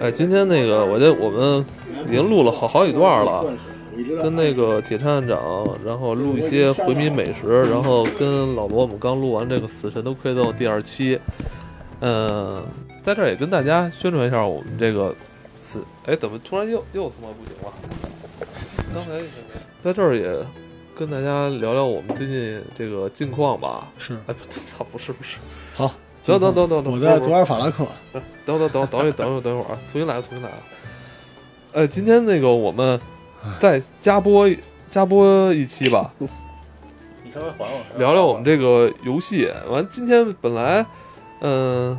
哎，今天那个，我这我们已经录了好好几段了，啊跟那个铁探长，然后录一些回民美食，然后跟老罗，我们刚录完这个《死神都快斗》第二期，嗯，在这儿也跟大家宣传一下我们这个死，哎，怎么突然又又他妈不行了？刚才在这儿也跟大家聊聊我们最近这个近况吧。是哎，不，操，不是不是，好，等等等等等，我在佐尔法拉克，嗯等等等等会儿等会儿等会儿啊，重新来，重新来啊！呃，今天那个我们再加播加播一期吧，你稍微缓缓，聊聊我们这个游戏。完，今天本来，嗯、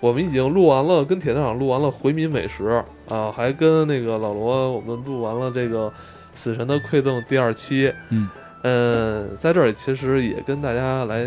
我们已经录完了，跟铁探长录完了回民美食啊，还跟那个老罗我们录完了这个《死神的馈赠》第二期。嗯嗯、在这里其实也跟大家来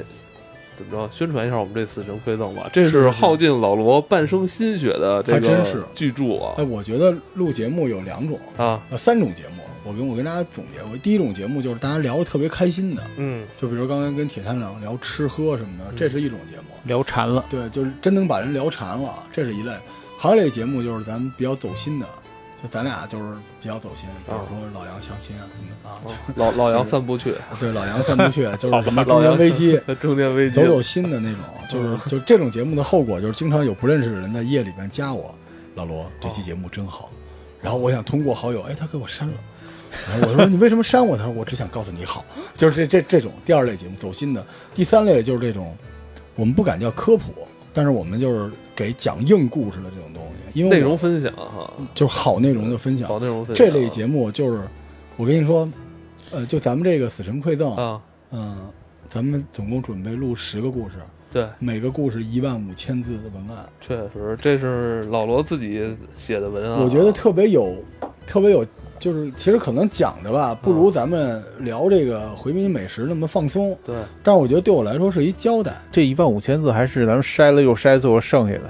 怎么着宣传一下我们这《死神馈赠》吧，这是是是耗尽老罗半生心血的这还真个是巨著啊哎，我觉得录节目有两种，啊，呃，三种节目，我跟我跟大家总结，我第一种节目就是大家聊的特别开心的，嗯就比如刚才跟铁探长聊吃喝什么的，这是一种节目，聊馋了，对，就是真能把人聊馋了，这是一类。还有一类节目就是咱们比较走心的，就咱俩就是比较走心，比如说老杨相亲啊什么的啊，就老老杨散步去，对老杨三部 曲，就是什么 哦中老年杨危机。中年危机走走心的那种，嗯就是就这种节目的后果，就是经常有不认识的人在夜里边加我，老罗这哦期节目真好，然后我想通过好友，哎，他给我删了，然后我说你为什么删我？他说我只想告诉你好，就是这这这种第二类节目走心的，第三类就是这种我们不敢叫科普，但是我们就是给讲硬故事的这种东西，因为我内容分享哈，就是好内容的分享搞，内容分享这类节目就是我跟你说，呃，就咱们这个死神馈赠，啊，嗯，咱们总共准备录十个故事。对，每个故事一万五千字的文案，确实这是老罗自己写的文案啊，我觉得特别有，特别有，就是其实可能讲的啊吧，不如咱们聊这个回民美食那么放松，对，但是我觉得对我来说是一交代，这一万五千字还是咱们筛了又筛，最后剩下的。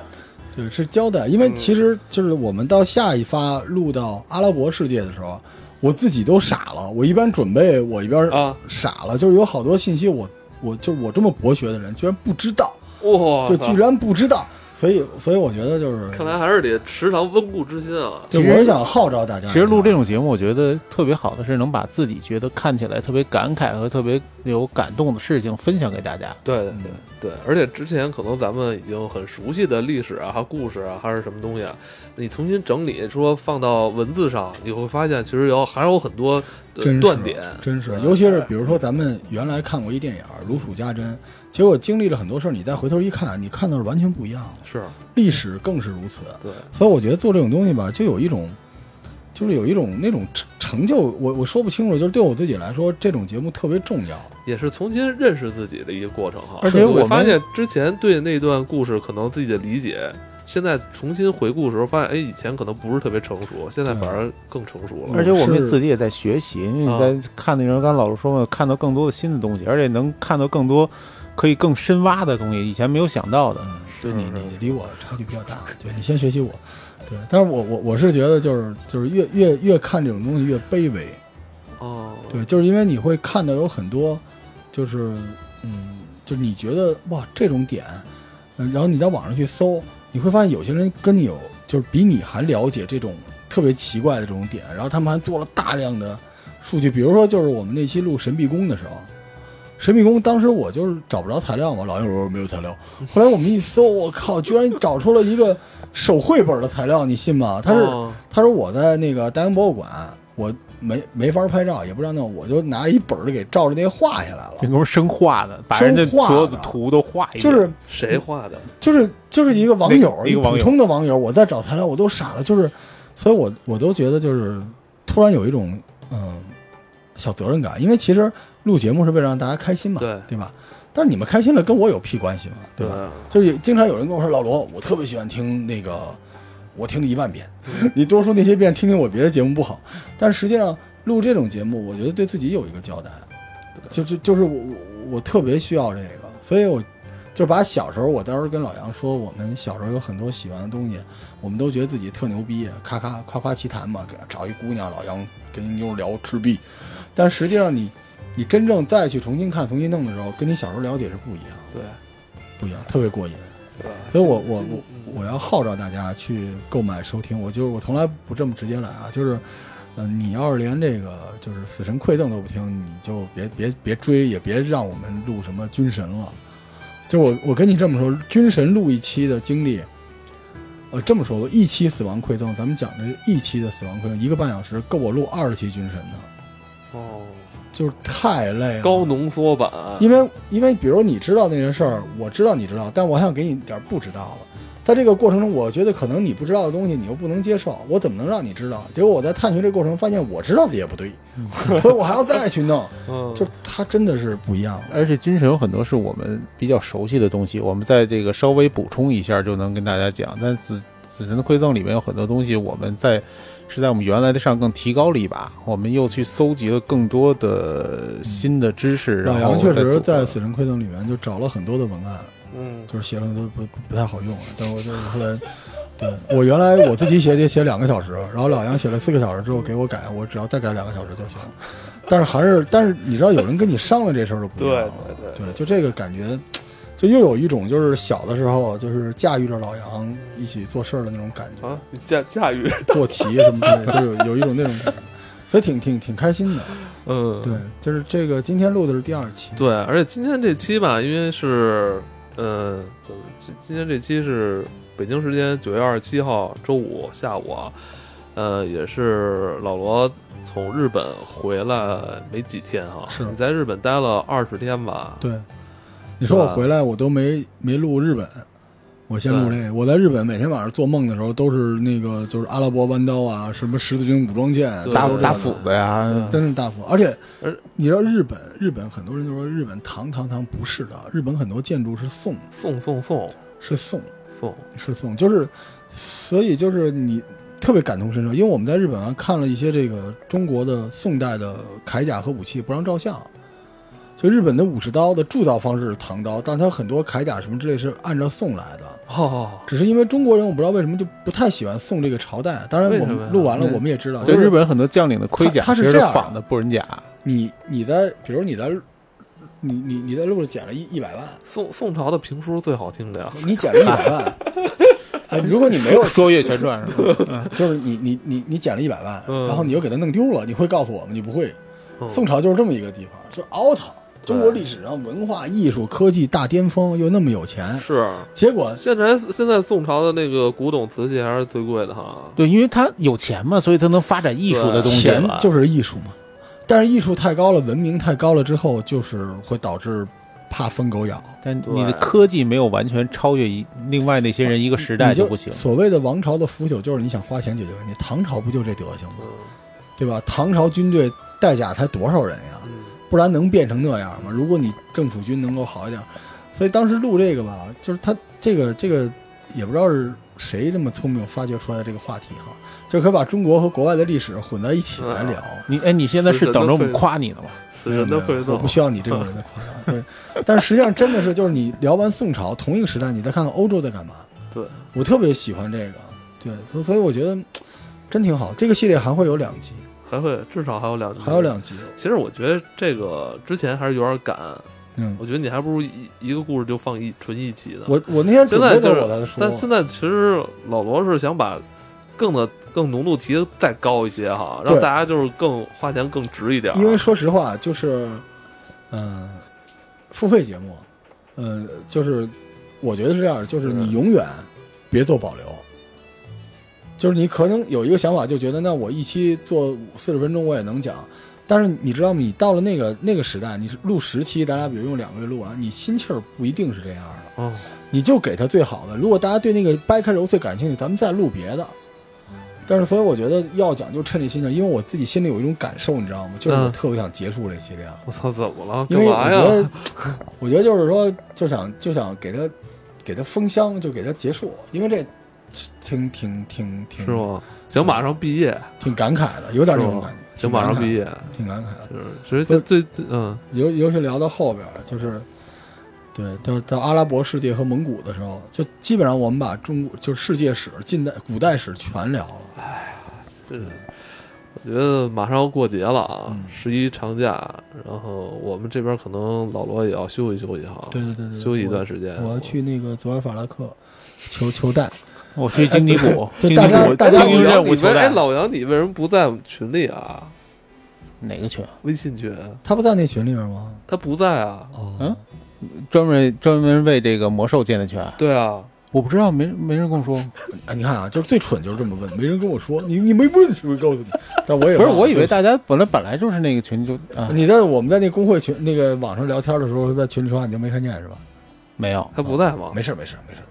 对，是交代，因为嗯其实就是我们到下一发录到阿拉伯世界的时候，我自己都傻了，我一边准备，我一边啊傻了，就是有好多信息我我就我这么博学的人居然不知道，哇，就居然不知道，所以所以我觉得就是，啊看来还是得时常温故知新啊，就我是想号召大家，其实录这。种节目，我觉得特别好的是能把自己觉得看起来特别感慨和特别有感动的事情分享给大家。对对对对，而且之前可能咱们已经很熟悉的历史啊、还有故事啊，还是什么东西啊，你重新整理说放到文字上，你会发现其实有还有很多呃真是断点，真是，嗯尤其是比如说咱们原来看过一电影《如数家珍》，结果经历了很多事儿，你再回头一看，你看到的完全不一样了。是历史更是如此，对，所以我觉得做这种东西吧，就有一种，就是有一种那种成成就，我我说不清楚，就是对我自己来说，这种节目特别重要。嗯也是重新认识自己的一个过程哈。而且我我们会发现之前对那段故事可能自己的理解，现在重新回顾的时候发现，哎，以前可能不是特别成熟，现在反而更成熟了。而且我们也是自己也在学习，因为你在看那人，刚才老师说嘛，看到更多的新的东西，而且能看到更多可以更深挖的东西，以前没有想到的。嗯，是对你是你离我差距比较大，对你先学习我，对，但是我我我是觉得就是就是越越越看这种东西越卑微，哦，对，就是因为你会看到有很多，就是嗯，就是你觉得哇这种点，嗯，然后你到网上去搜，你会发现有些人跟你有就是比你还了解这种特别奇怪的这种点，然后他们还做了大量的数据，比如说就是我们那期录神秘宫的时候。神秘宫当时我就是找不着材料嘛，老有说没有材料。后来我们一搜，我靠，居然找出了一个手绘本的材料，你信吗？它是哦他说我在那个大英博物馆，我没没法拍照，也不知道弄，我就拿一本儿给照着那画下来了这。都是生画的，把人家生画的所有的图都画一遍。就是谁画的？就是就是一个网友，那一个网普友通的网友，我在找材料，我都傻了，就是，所以我我都觉得就是突然有一种嗯、小责任感，因为其实录节目是为了让大家开心嘛，对吧？但是你们开心了跟我有屁关系嘛，嗯对吧？吧？就是有经常有人跟我说老罗，我特别喜欢听那个，我听了一万遍， 你多说那些遍，听听我别的节目不好。但实际上录这种节目，我觉得对自己有一个交代，就就就是我我我特别需要这个，所以我就把小时候我当时跟老杨说，我们小时候有很多喜欢的东西，我们都觉得自己特牛逼，咔咔夸夸其谈嘛，给找一姑娘，老杨跟妞聊赤壁，但实际上你你真正再去重新看、重新弄的时候，跟你小时候了解是不一样的。对，不一样，特别过瘾。对吧？所以我我今我我要号召大家去购买收听，我就是我从来不这么直接来啊，就是，嗯、你要是连这个就是死神馈赠都不听，你就别别别追，也别让我们录什么军神了。就我我跟你这么说，军神录一期的经历，呃，这么说吧，一期死亡馈赠，咱们讲这一期的死亡馈赠一个半小时，够我录二十期军神的，哦，就是太累了。高浓缩版，因为因为比如你知道那些事儿，我知道你知道，但我想给你点儿不知道的。在这个过程中，我觉得可能你不知道的东西，你又不能接受，我怎么能让你知道？结果我在探寻这过程，发现我知道的也不对，嗯 所以我还要再去弄。嗯，就是它真的是不一样了。而且军神有很多是我们比较熟悉的东西，我们在这个稍微补充一下就能跟大家讲。但子子神的馈赠里面有很多东西，我们在是在我们原来的上更提高了一把，我们又去搜集了更多的新的知识。然老后杨确实在《在死神馈赠》里面就找了很多的文案，嗯，就是写了很多不不不太好用，啊但我就是后来，对我原来我自己写得写两个小时，然后老杨写了四个小时之后给我改，我只要再改两个小时就行。但是还是，但是你知道有人跟你商量这事儿就不一样了，对对对就这个感觉，就又有一种就是小的时候就是驾驭着老杨一起做事儿的那种感觉，啊，你驾驾驭，坐骑什么之类的，就有有一种那种感觉，所以挺挺挺开心的。嗯，对，就是这个今天录的是第二期，对，而且今天这期吧，因为是，嗯，怎么今今天这期是北京时间九月二十七号周五下午啊，呃，也是老罗从日本回来没几天哈、是你在日本待了二十天吧？对，你说对我吧回来我都没没录日本，我先录这个。我在日本每天晚上做梦的时候都是那个就是阿拉伯弯刀啊，什么十字军武装舰啊，对大对对大对斧子呀，真是大幅。而且而你知道日本，日本很多人就说日本堂堂堂不是的，日本很多建筑是宋，送送送是宋，送，是宋，就是所以就是你。特别感同身受，因为我们在日本啊看了一些这个中国的宋代的铠甲和武器，不让照相。就日本的武士刀的铸造方式是唐刀，但它很多铠甲什么之类是按照宋来的。哦，只是因为中国人，我不知道为什么就不太喜欢宋这个朝代。当然，为我什么呀们录完了，嗯我们也知道，对就是日本很多将领的盔甲它它其是实这都样的仿的布人甲，你你在，比如你在，你你你在路上捡了一一百万，宋宋朝的评书最好听的呀，你捡了一百万，呃，如果你没有，说岳全传是 吧？嗯就是你你你你捡了一百万，嗯然后你又给它弄丢了，你会告诉我们？你不会。嗯宋朝就是这么一个地方，就是 out。中国历史上文化、艺术、科技大巅峰，又那么有钱，是。结果现在现在宋朝的那个古董瓷器还是最贵的哈，对，因为他有钱嘛，所以他能发展艺术的东西钱了。就是艺术嘛。但是艺术太高了，文明太高了之后，就是会导致怕疯狗咬。但对你的科技没有完全超越一另外那些人一个时代你就不行。所谓的王朝的腐朽，就是你想花钱解决问题。唐朝不就这德行吗？嗯对吧？唐朝军队带甲才多少人呀？嗯，不然能变成那样吗？如果你政府军能够好一点，所以当时录这个吧，就是他这个这个也不知道是谁这么聪明发掘出来的这个话题哈，就可以把中国和国外的历史混在一起来聊。你哎，你现在是等着我们夸你呢吗？死没有人没的有馈，赠，我不需要你这种人的 夸张。对，但是实际上真的是，就是你聊完宋朝同一个时代，你再看看欧洲在干嘛。对，我特别喜欢这个，对，所以所以我觉得嘖真挺好。这个系列还会有两集，还会至少还有两，还有。两集，其实我觉得这个之前还是有点赶，嗯，我觉得你还不如一一个故事就放一纯一集的。我我那天现准在备就的是我才说但，现在其实老罗是想把更的更浓度提的再高一些哈，让对大家就是更花钱更值一点儿。啊因为说实话，就是嗯、付费节目，嗯、就是我觉得是这样，就是嗯你永远别做保留。就是你可能有一个想法，就觉得那我一期做四十分钟我也能讲，但是你知道吗？你到了那个那个时代，你是录十期，咱俩比如用两个月录完，你心气儿不一定是这样的。嗯，你就给他最好的。如果大家对那个掰开揉碎感兴趣，咱们再录别的。但是，所以我觉得要讲就趁这心情，因为我自己心里有一种感受，你知道吗？就是我嗯特别想结束这系列了，我操，怎么了？因干为我嘛觉呀？得，我觉得就是说，就想就想给他给他封箱，就给他结束，因为这挺挺挺是挺吗？想马上毕业，挺感慨的，有点这种感觉。想马上毕业，业，挺感慨的。就是其实最最最嗯尤尤其聊到后边儿，就是对，到到阿拉伯世界和蒙古的时候，就基本上我们把中国就是世界史、近代、古代史全聊了。是，我觉得马上要过节了啊嗯，十一长假，然后我们这边可能老罗也要休息休息哈，对对对对，休息一段时间。我。我要去那个左尔法拉克求求带，我去金尼 谷，就金尼大家谷大家精老英任杨，务你球为哎，带老杨，你为什么不在我们群里啊？哪个群？微信群他不在那群里面吗？他不在啊。哦，嗯专门专门为这个魔兽建的群？对啊，我不知道，没没人跟我说。啊，你看啊，就是最蠢就是这么问，没人跟我说，你你没问是不是告诉你？但我也不是，忘了我以为对大家本来本来就是那个群就不啊起，你在我们在那工会群那个网上聊天的时候，在群里说话你就没看见是吧？没有，他不在吗？没事儿没事儿没事儿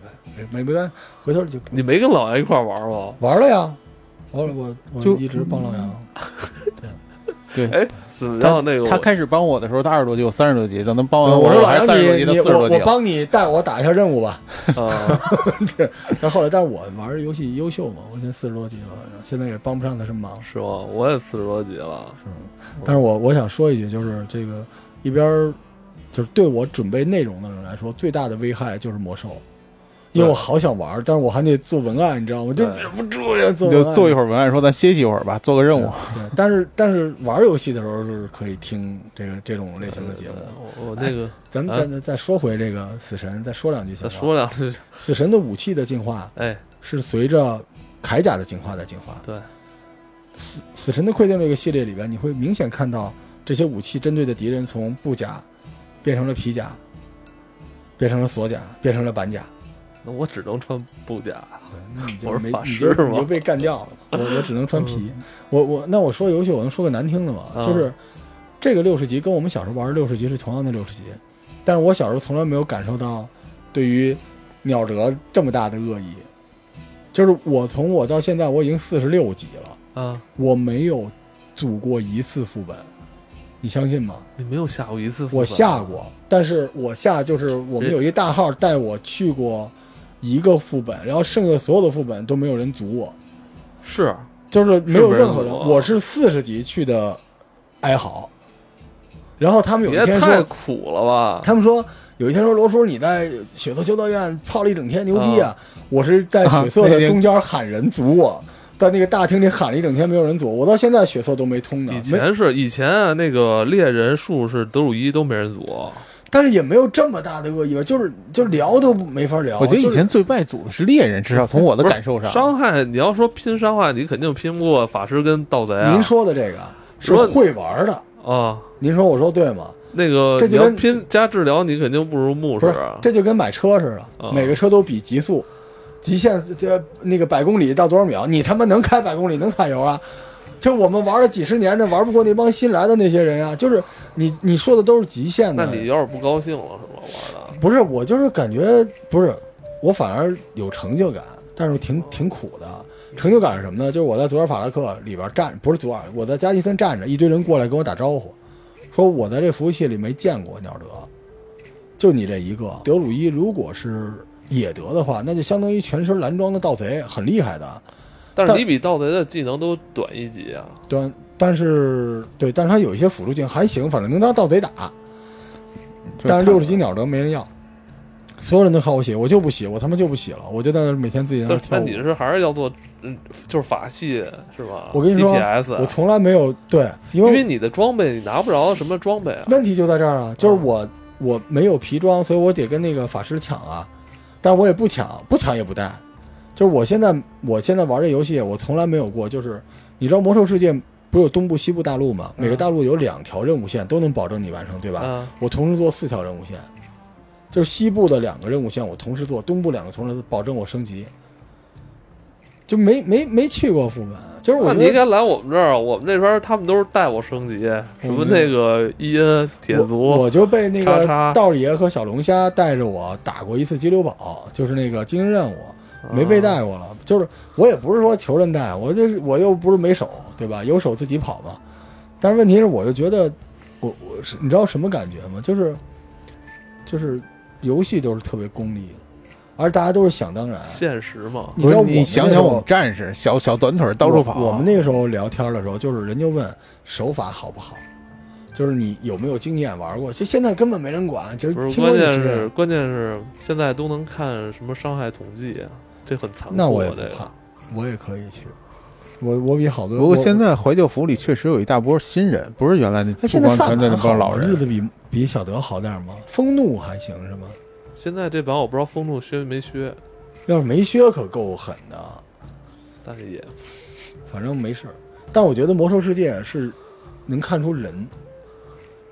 没没没没，回头就你没跟老杨一块玩吗？玩了呀，嗯玩了哦我我就一直帮老杨，哎怎么样？那个他我开始帮我的时候，他二十多级，我三十多级，等他帮对完我说老还杨三十多你级，他你四十我多级啊我了。帮你带我打一下任务吧。啊，但后来但是我玩游戏优秀嘛，我现在四十多级了，反正现在也帮不上他什么忙。是吗？我也四十多级了。但是我我想说一句，就是这个一边儿就是对我准备内容的人来说，最大的危害就是魔兽，因为我好想玩儿，但是我还得做文案，你知道吗？就对忍不住要做你文就案。做一会儿文案，说咱歇息一会儿吧，做个任务。对，但是但是玩儿游戏的时候就是可以听这个这种类型的节目对。我我那个咱们再再说回这个死神，再说两句啊再行吗？说两句，死神的武器的进化哎，是随着铠甲的进化在进化。对，死神的馈赠这个系列里边，你会明显看到这些武器针对的敌人从布甲变成了皮甲，变成了锁甲，变成了板甲。那我只能穿布甲。对那你就我是没法你师就吗你就被干掉了。我我只能穿皮。我我那我说游戏，我能说个难听的吗？啊就是这个六十级跟我们小时候玩的六十级是同样的六十级，但是我小时候从来没有感受到对于鸟哲这么大的恶意。就是我从我到现在我已经四十六级了。啊，我没有组过一次副本，你相信吗？你没有下过一次副本？啊我下过，但是我下就是我们有一大号带我去过一个副本，然后剩下所有的副本都没有人组我，是就是没有任何是没人组人。啊我是四十级去的哀嚎，然后他们有也一天太说，苦了吧？他们说。有一天说罗叔你在血色修道院泡了一整天，牛逼啊！我是在血色啊那的天中间喊人组我，在那个大厅里喊了一整天，没有人组我，我到现在血色都没通呢。以没前是以前啊，那个猎人术士德鲁伊都没人组，但是也没有这么大的恶意吧，就是就是聊都没法聊。我觉得以哦就是前最败组的是猎人，至少从我的感受上，伤害你要说拼伤害，你肯定拼不过法师跟盗贼啊。您说的这个是说会玩的，啊，您说我说对吗？那个这你就要跟拼加治疗，你肯定不如牧师不是啊，。这就跟买车似的，嗯每个车都比极速，极限这那个百公里到多少秒，你他妈能开百公里能踩油啊？就是我们玩了几十年的，玩不过那帮新来的那些人啊。就是你你说的都是极限那的，你要是不高兴了是吧？玩的不是我就是感觉不是，我反而有成就感，但是挺挺苦的。成就感是什么呢？就是我在左尔法拉克里边站，不是左尔，我在加基森站着，一堆人过来跟我打招呼，说我在这服务器里没见过鸟德，就你这一个。德鲁伊如果是野德的话，那就相当于全身蓝装的盗贼，很厉害的。但是但你比盗贼的技能都短一级啊。但但是对，但是他有一些辅助技能还行，反正能当盗贼打。就但是他六十级鸟德没人要，所有人都靠我洗，我就不洗，我他妈就不洗了，我就在那儿每天自己在那但儿跳但你舞。是还是要做，嗯，就是法系是吧？我跟你说 DPS，我从来没有对，因啊因为为你的装备你拿不着什么装备啊。问题就在这儿啊，嗯就是我我没有皮装，所以我得跟那个法师抢啊，但我也不抢，不抢也不带。就是我现在我现在玩这游戏，我从来没有过，就是你知道魔兽世界不是有东部、西部大陆吗？嗯每个大陆有两条任务线，都能保证你完成，对吧？啊，我同时做四条任务线，就是西部的两个任务线我同时做，东部两个同时做，保证我升级。就没没没去过副本，就是那我你觉应得该来我们这儿，我们这边他们都是带我升级，什么那个伊恩铁我族我就被那叉个叉道爷和小龙虾带着我打过一次激流堡，就是那个精英任务，没嗯被带过了。就是我也不是说求人带，我这我又不是没手，对吧？有手自己跑嘛。但是问题是，我就觉得我我是你知道什么感觉吗？就是就是游戏都是特别功利的，而大家都是想当然。现实嘛。你不知是道我们你想那时想候我们战士，小小短腿到处跑，我。我们那个时候聊天的时候，就是人就问手法好不好，就是你有没有经验玩过？就现在根本没人管，就是不是，听说关你键知道是关键是现在都能看什么伤害统计啊，这很残酷啊。那我也不这个怕，我也可以去。我我比好多。不我过现在怀旧服里确实有一大波新人，不是原来那哎，不现在光萨传的满那好帮吗老日人。子比比小德好点吗？风怒还行是吗？现在这版我不知道风度削没削，要是没削可够狠的，但是也哎反正没事儿。但我觉得魔兽世界是能看出人，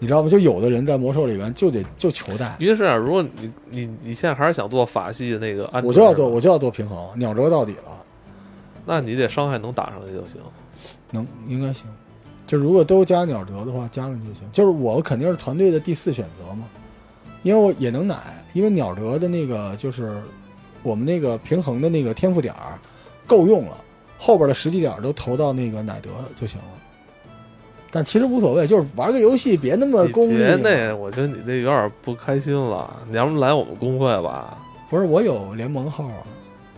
你知道吗？就有的人在魔兽里边就得就求带，因为是这样，啊如果你你你现在还是想做法系的那个安，我就要做，，我就要做平衡，鸟啄到底了，那你得伤害能打上去就行。能应该行。就如果都加鸟啄的话，加上就行。就是我肯定是团队的第四选择嘛，因为我也能奶，因为鸟啄的那个就是我们那个平衡的那个天赋点儿够用了，后边的十几点儿都投到那个奶德就行了。但其实无所谓，就是玩个游戏，别那么你功利别嘛。那，我觉得你这有点不开心了。你要不来我们公会吧？不是我有联盟号啊，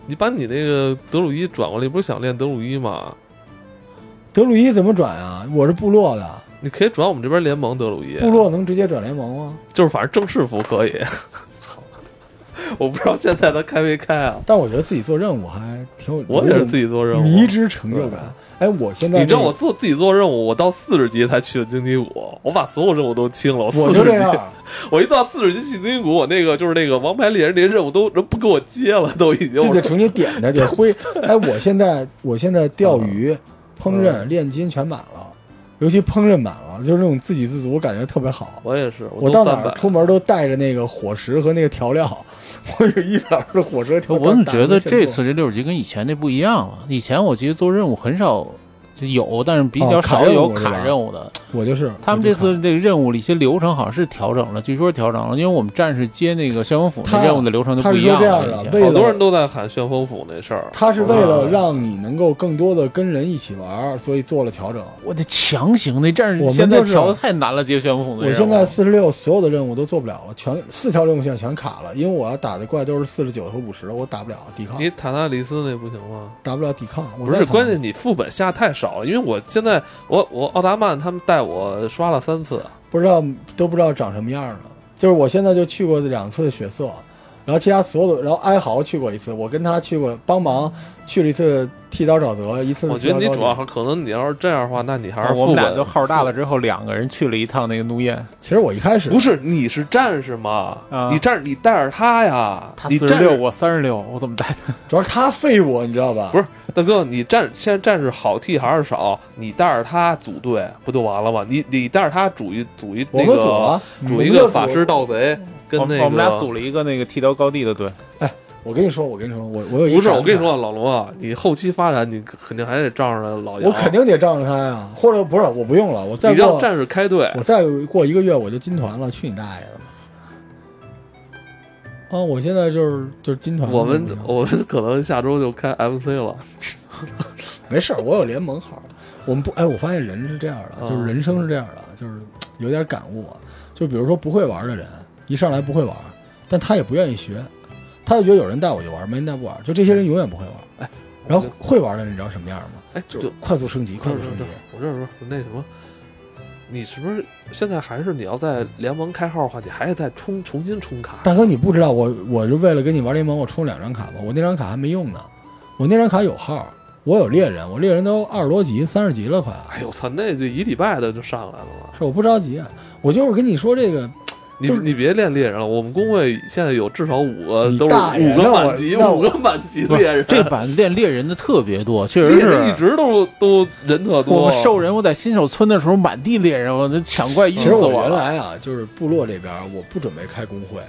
你把你那个德鲁伊转过来，你不是想练德鲁伊吗？德鲁伊怎么转啊？我是部落的，你可以转我们这边联盟德鲁伊，部落能直接转联盟吗？就是反正正式服可以。操！ 我不知道现在他开没开啊？但我觉得自己做任务还挺有，我也是自己做任务。迷之成就感。哎，我现在你知道那我个做自己做任务，我到四十级才去的荆棘谷，我把所有任务都清了。我我四就十这级，样，我一到四十级去荆棘谷，我那个就是那个王牌猎人那任务都人不给我接了，都已经。这我说得重新点的， 得挥。哎，我现在我现在钓嗯鱼、烹饪、炼金全满了，尤其烹饪满了，就是那种自给自足，感觉特别好。我也是，我都到哪三百儿。出门都带着那个伙食和那个调料， 我有一点儿是伙食和调料。我怎么打觉得现做这次这六十级跟以前那不一样了？以前我记得做任务很少，就有，但是比哦较卡少任有务是吧卡任务的。我就是他们我就这次这个任务里一些流程好像是调整了，据说是调整了，因为我们战士接那个消防府他那任务的流程就他不是一说样这样了。的以，前为好多了人都在喊旋风府那事儿，他是为啊了让你能够更多的跟人一起玩儿，所以做了调整。我的强行那战我士们现在就是调的太难了，接消防府的我任务。现在四十六所有的任务都做不了了，全四条任务线全卡了，因为我要打的怪都是四十九和五十，我打不了抵抗，你塔纳里斯那不行吗？打不了抵抗。我不再是，打关键你副本下太少了，因为我现在我我奥达曼他们带我刷了三次，不知道都不知道长什么样了。就是我现在就去过两次血色，然后其他所有的，然后哀嚎去过一次，我跟他去过帮忙去了一次剃刀沼泽，一次我觉得你剃刀沼泽主要可能你要是这样的话，那你还是啊我们副俩本就号大了之后，两个人去了一趟那个怒焰，其实我一开始不是，你是战士嘛？啊你战士，你带着他呀，他你四十战六，士我三十六，我怎么带他？主要是他废我，你知道吧？不是大哥，你战现在战士好替还是少？你带着他组队不就完了吗？你你带着他组一组一我那们组个啊，组我一们就个组法师盗贼跟我那们个我们俩组了一个那个剃刀高地的队，我跟你说，我跟你说，我我有一不是感我跟你慨说，老龙啊，你后期发展你肯定还得仗着老杨，我肯定得仗着他呀，或者不是我不用了，我再你让过战士开队，我再过一个月我就金团了，去你大爷的吧！啊，我现在就是就是金团了，我们不行我们可能下周就开 MC 了。没事儿，我有联盟号。我们不哎，我发现人是这样啊的，就是人生是这样的，就是有点感悟啊。就比如说不会玩的人，一上来不会玩，但他也不愿意学，他就觉得有人带我就玩，没人带不玩。就这些人永远不会玩。哎，然后会玩的人你知道什么样吗？哎，就就是快速升级，快速升级。我这说那什么，你是不是现在还是你要在联盟开号的话，你还得再充重新充卡？大哥，你不知道我，我是为了跟你玩联盟，我充了两张卡吧，我那张卡还没用呢，我那张卡有号，我有猎人，我猎人都二十多级、三十级了快，哎呦我操，那就一礼拜的就上来了嘛！是我不着急，啊我就是跟你说这个，你就是你别练猎人了，我们工会现在有至少五个你都是大爷五个那我满级，那五我个满级猎人， 这版练猎人的特别多，确 实猎人一是。直都都人特多。我们兽人，我在新手村的时候满地猎人，我那抢怪晕其死实我了原来啊，就是部落这边我不准备开工会，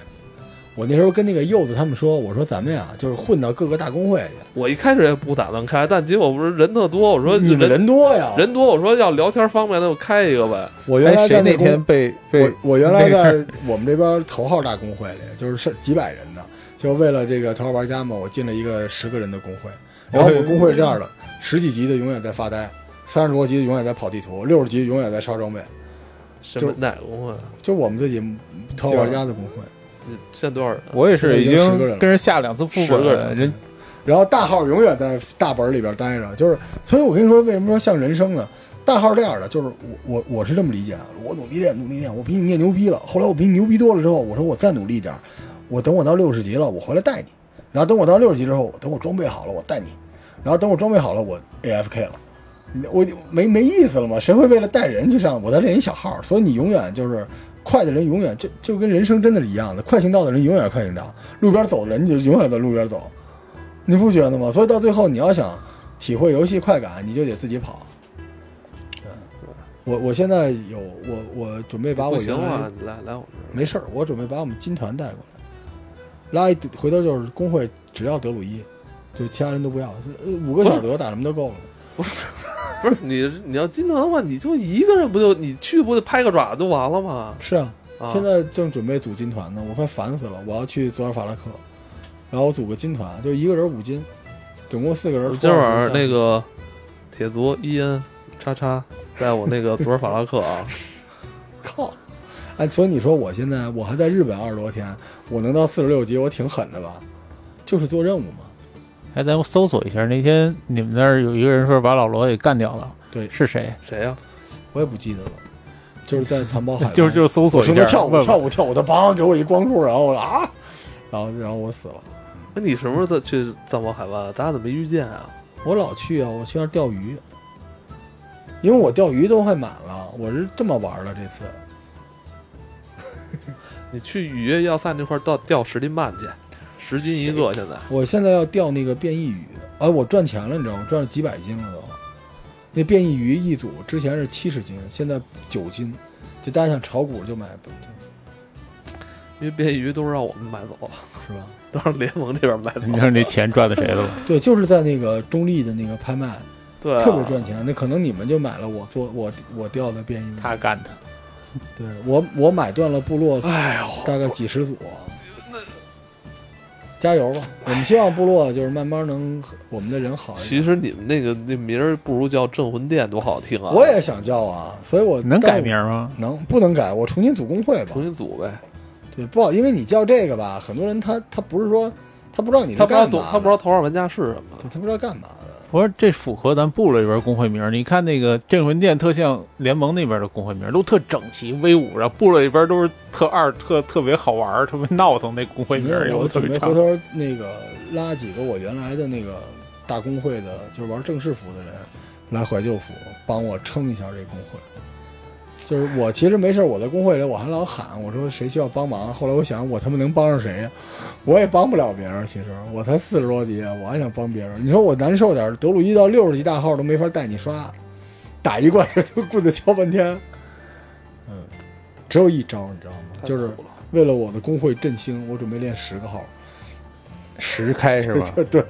我那时候跟那个柚子他们说，我说咱们呀、就是混到各个大工会去，我一开始也不打算开，但结果不是人特多，我说你们人人多呀，人多，我说要聊天方便，那就开一个呗。我原哎，来在谁那工天被被我我原来那 个在我们这边头号大工会里，就是是几百人的，就为了这个头号玩家嘛，我进了一个十个人的工会，然后我们工会是这样的，十几级的永远在发呆，三十多级的永远在跑地图，六十级永远在烧装备，什么就哪个工会啊？就我们自己头号玩家的工会，你现在多少人啊？我也是已现在已经十个人了经跟人下两次副十本个了，人人然后大号永远在大本里边待着，就是，所以我跟你说，为什么说像人生呢？大号这样的，就是我我我是这么理解啊，我努力练，努力练，我比你念牛逼了。后来我比你牛逼多了之后，我说我再努力一点，我等我到六十级了，我回来带你。然后等我到六十级之后，等我装备好了，我带你。然后等我装备好了，我 AFK 了。我就没没意思了嘛，谁会为了带人去上？我在练一小号，所以你永远就是快的人，永远就就跟人生真的是一样的，快行道的人永远快行道，路边走的人就永远在路边走，你不觉得吗？所以到最后你要想体会游戏快感，你就得自己跑。我我现在有我我准备把我不行啊原来了，你来来我这儿。没事儿，我准备把我们金团带过来，拉一回头就是工会，只要德鲁伊，就其他人都不要，呃五 个小德打什么都够了。不是你，你要金团的话，你就一个人不就你去不就拍个爪子就完了吗？是啊，啊现在正准备组金团呢，我快烦死了，我要去佐尔法拉克，然后我组个金团，就一个人五金，总共四个人。今晚儿那个铁足伊恩叉叉带我那个佐尔法拉克 啊，靠，哎，所以你说我现在我还在日本二十多天，我能到四十六级，我挺狠的吧？就是做任务嘛。哎，咱们搜索一下，那天你们那儿有一个人说把老罗给干掉了，对是谁？谁呀、我也不记得了，就是在 藏宝海湾， 就是就是搜我索除一了下，跳舞问问跳舞跳舞，他梆给我一光柱，然后我啊，然后然后我死了。那你什么时候再去藏宝海湾？咱俩怎么没遇见啊？我老去啊，我去那儿钓鱼，因为我钓鱼都快满了，我是这么玩儿的这次。你去雨夜要塞那块儿钓钓十斤半去，十斤一个现在。我现在要钓那个变异鱼，哎，我赚钱了，你知道吗？赚了几百斤了都。那变异鱼一组之前是七十斤，现在九斤，就大家想炒股就买，因为变异鱼都是让我们买走了， 是吧？都是联盟这边 买走你看了。那钱赚的谁的了？对，就是在那个中立的那个拍卖，对、啊，特别赚。钱。那可能你们就买了我做我我钓的变异鱼，他干的。对我我买断了部落哎呦，大概几十组。加油吧！我们希望部落就是慢慢能我们的人好一其点。实你们那个那名儿不如叫镇魂殿多好听啊！我也想叫啊，所以我能但改我名吗？能不能改？我重新组工会吧重。新组呗。对，不好，因为你叫这个吧，很多人他他不是说他不知道你他是不知道干嘛懂，的他不知道头号玩家是什么。对他不知道干嘛的。我说这符合咱部落里边工会名儿。你看那个镇魂殿特像联盟那边的工会名儿，都特整齐威武，然后部落里边都是特二特特别好玩儿，特别闹腾那工会名儿，没有有我的特准别备长回。头那个拉几个我原来的那个大工会的，就是玩正式服的人来怀旧服，帮我撑一下这工会。就是我其实没事，我在工会里我还老喊我说谁需要帮忙。后来我想我他妈能帮上谁呀？我也帮不了别人。其实我才四十多级，啊我还想帮别人。你说我难受点儿，德鲁伊到六十级大号都没法带你刷，打一罐就 棍子敲半天。嗯，只有一招，你知道吗？就是太苦了为了我的工会振兴，我准备练十个号。十 开是吧？对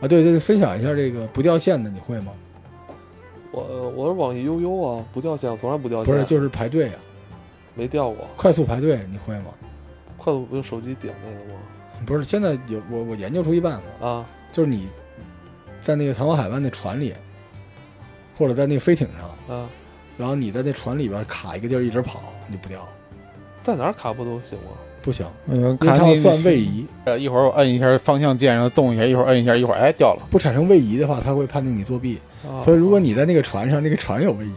啊，对对，分享一下这个不掉线的，你会吗？我我是网易悠悠啊，不掉线，我从来不掉线。不是，就是排队啊，没掉过。快速排队，你会吗？快速不用手机点那个吗？不是，现在有我我研究出一办法，啊，就是你在那个藏宝海湾那船里，或者在那个飞艇上，啊，然后你在那船里边卡一个地儿一直跑，你就不掉了，在哪儿卡不都行吗？不行，嗯，因为它要算位位移，移，一会儿我摁一下方向键，然后动一下，一会儿摁一下，一会儿哎掉了。不产生位移的话，它会判定你作弊。啊、所以如果你在那个船上，那个船有位移，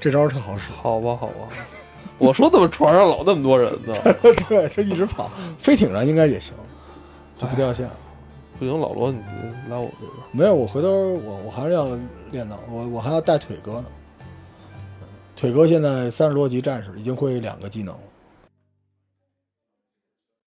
这招特好使。好吧，好吧，我说怎么船上老那么多人 呢？对，就一直跑，飞艇上应该也行，就不掉线。不行，老罗，你来我这边。没有，我回头我我还是要练到，我我还要带腿哥呢。腿哥现在三十多级战士，已经会两个技能了，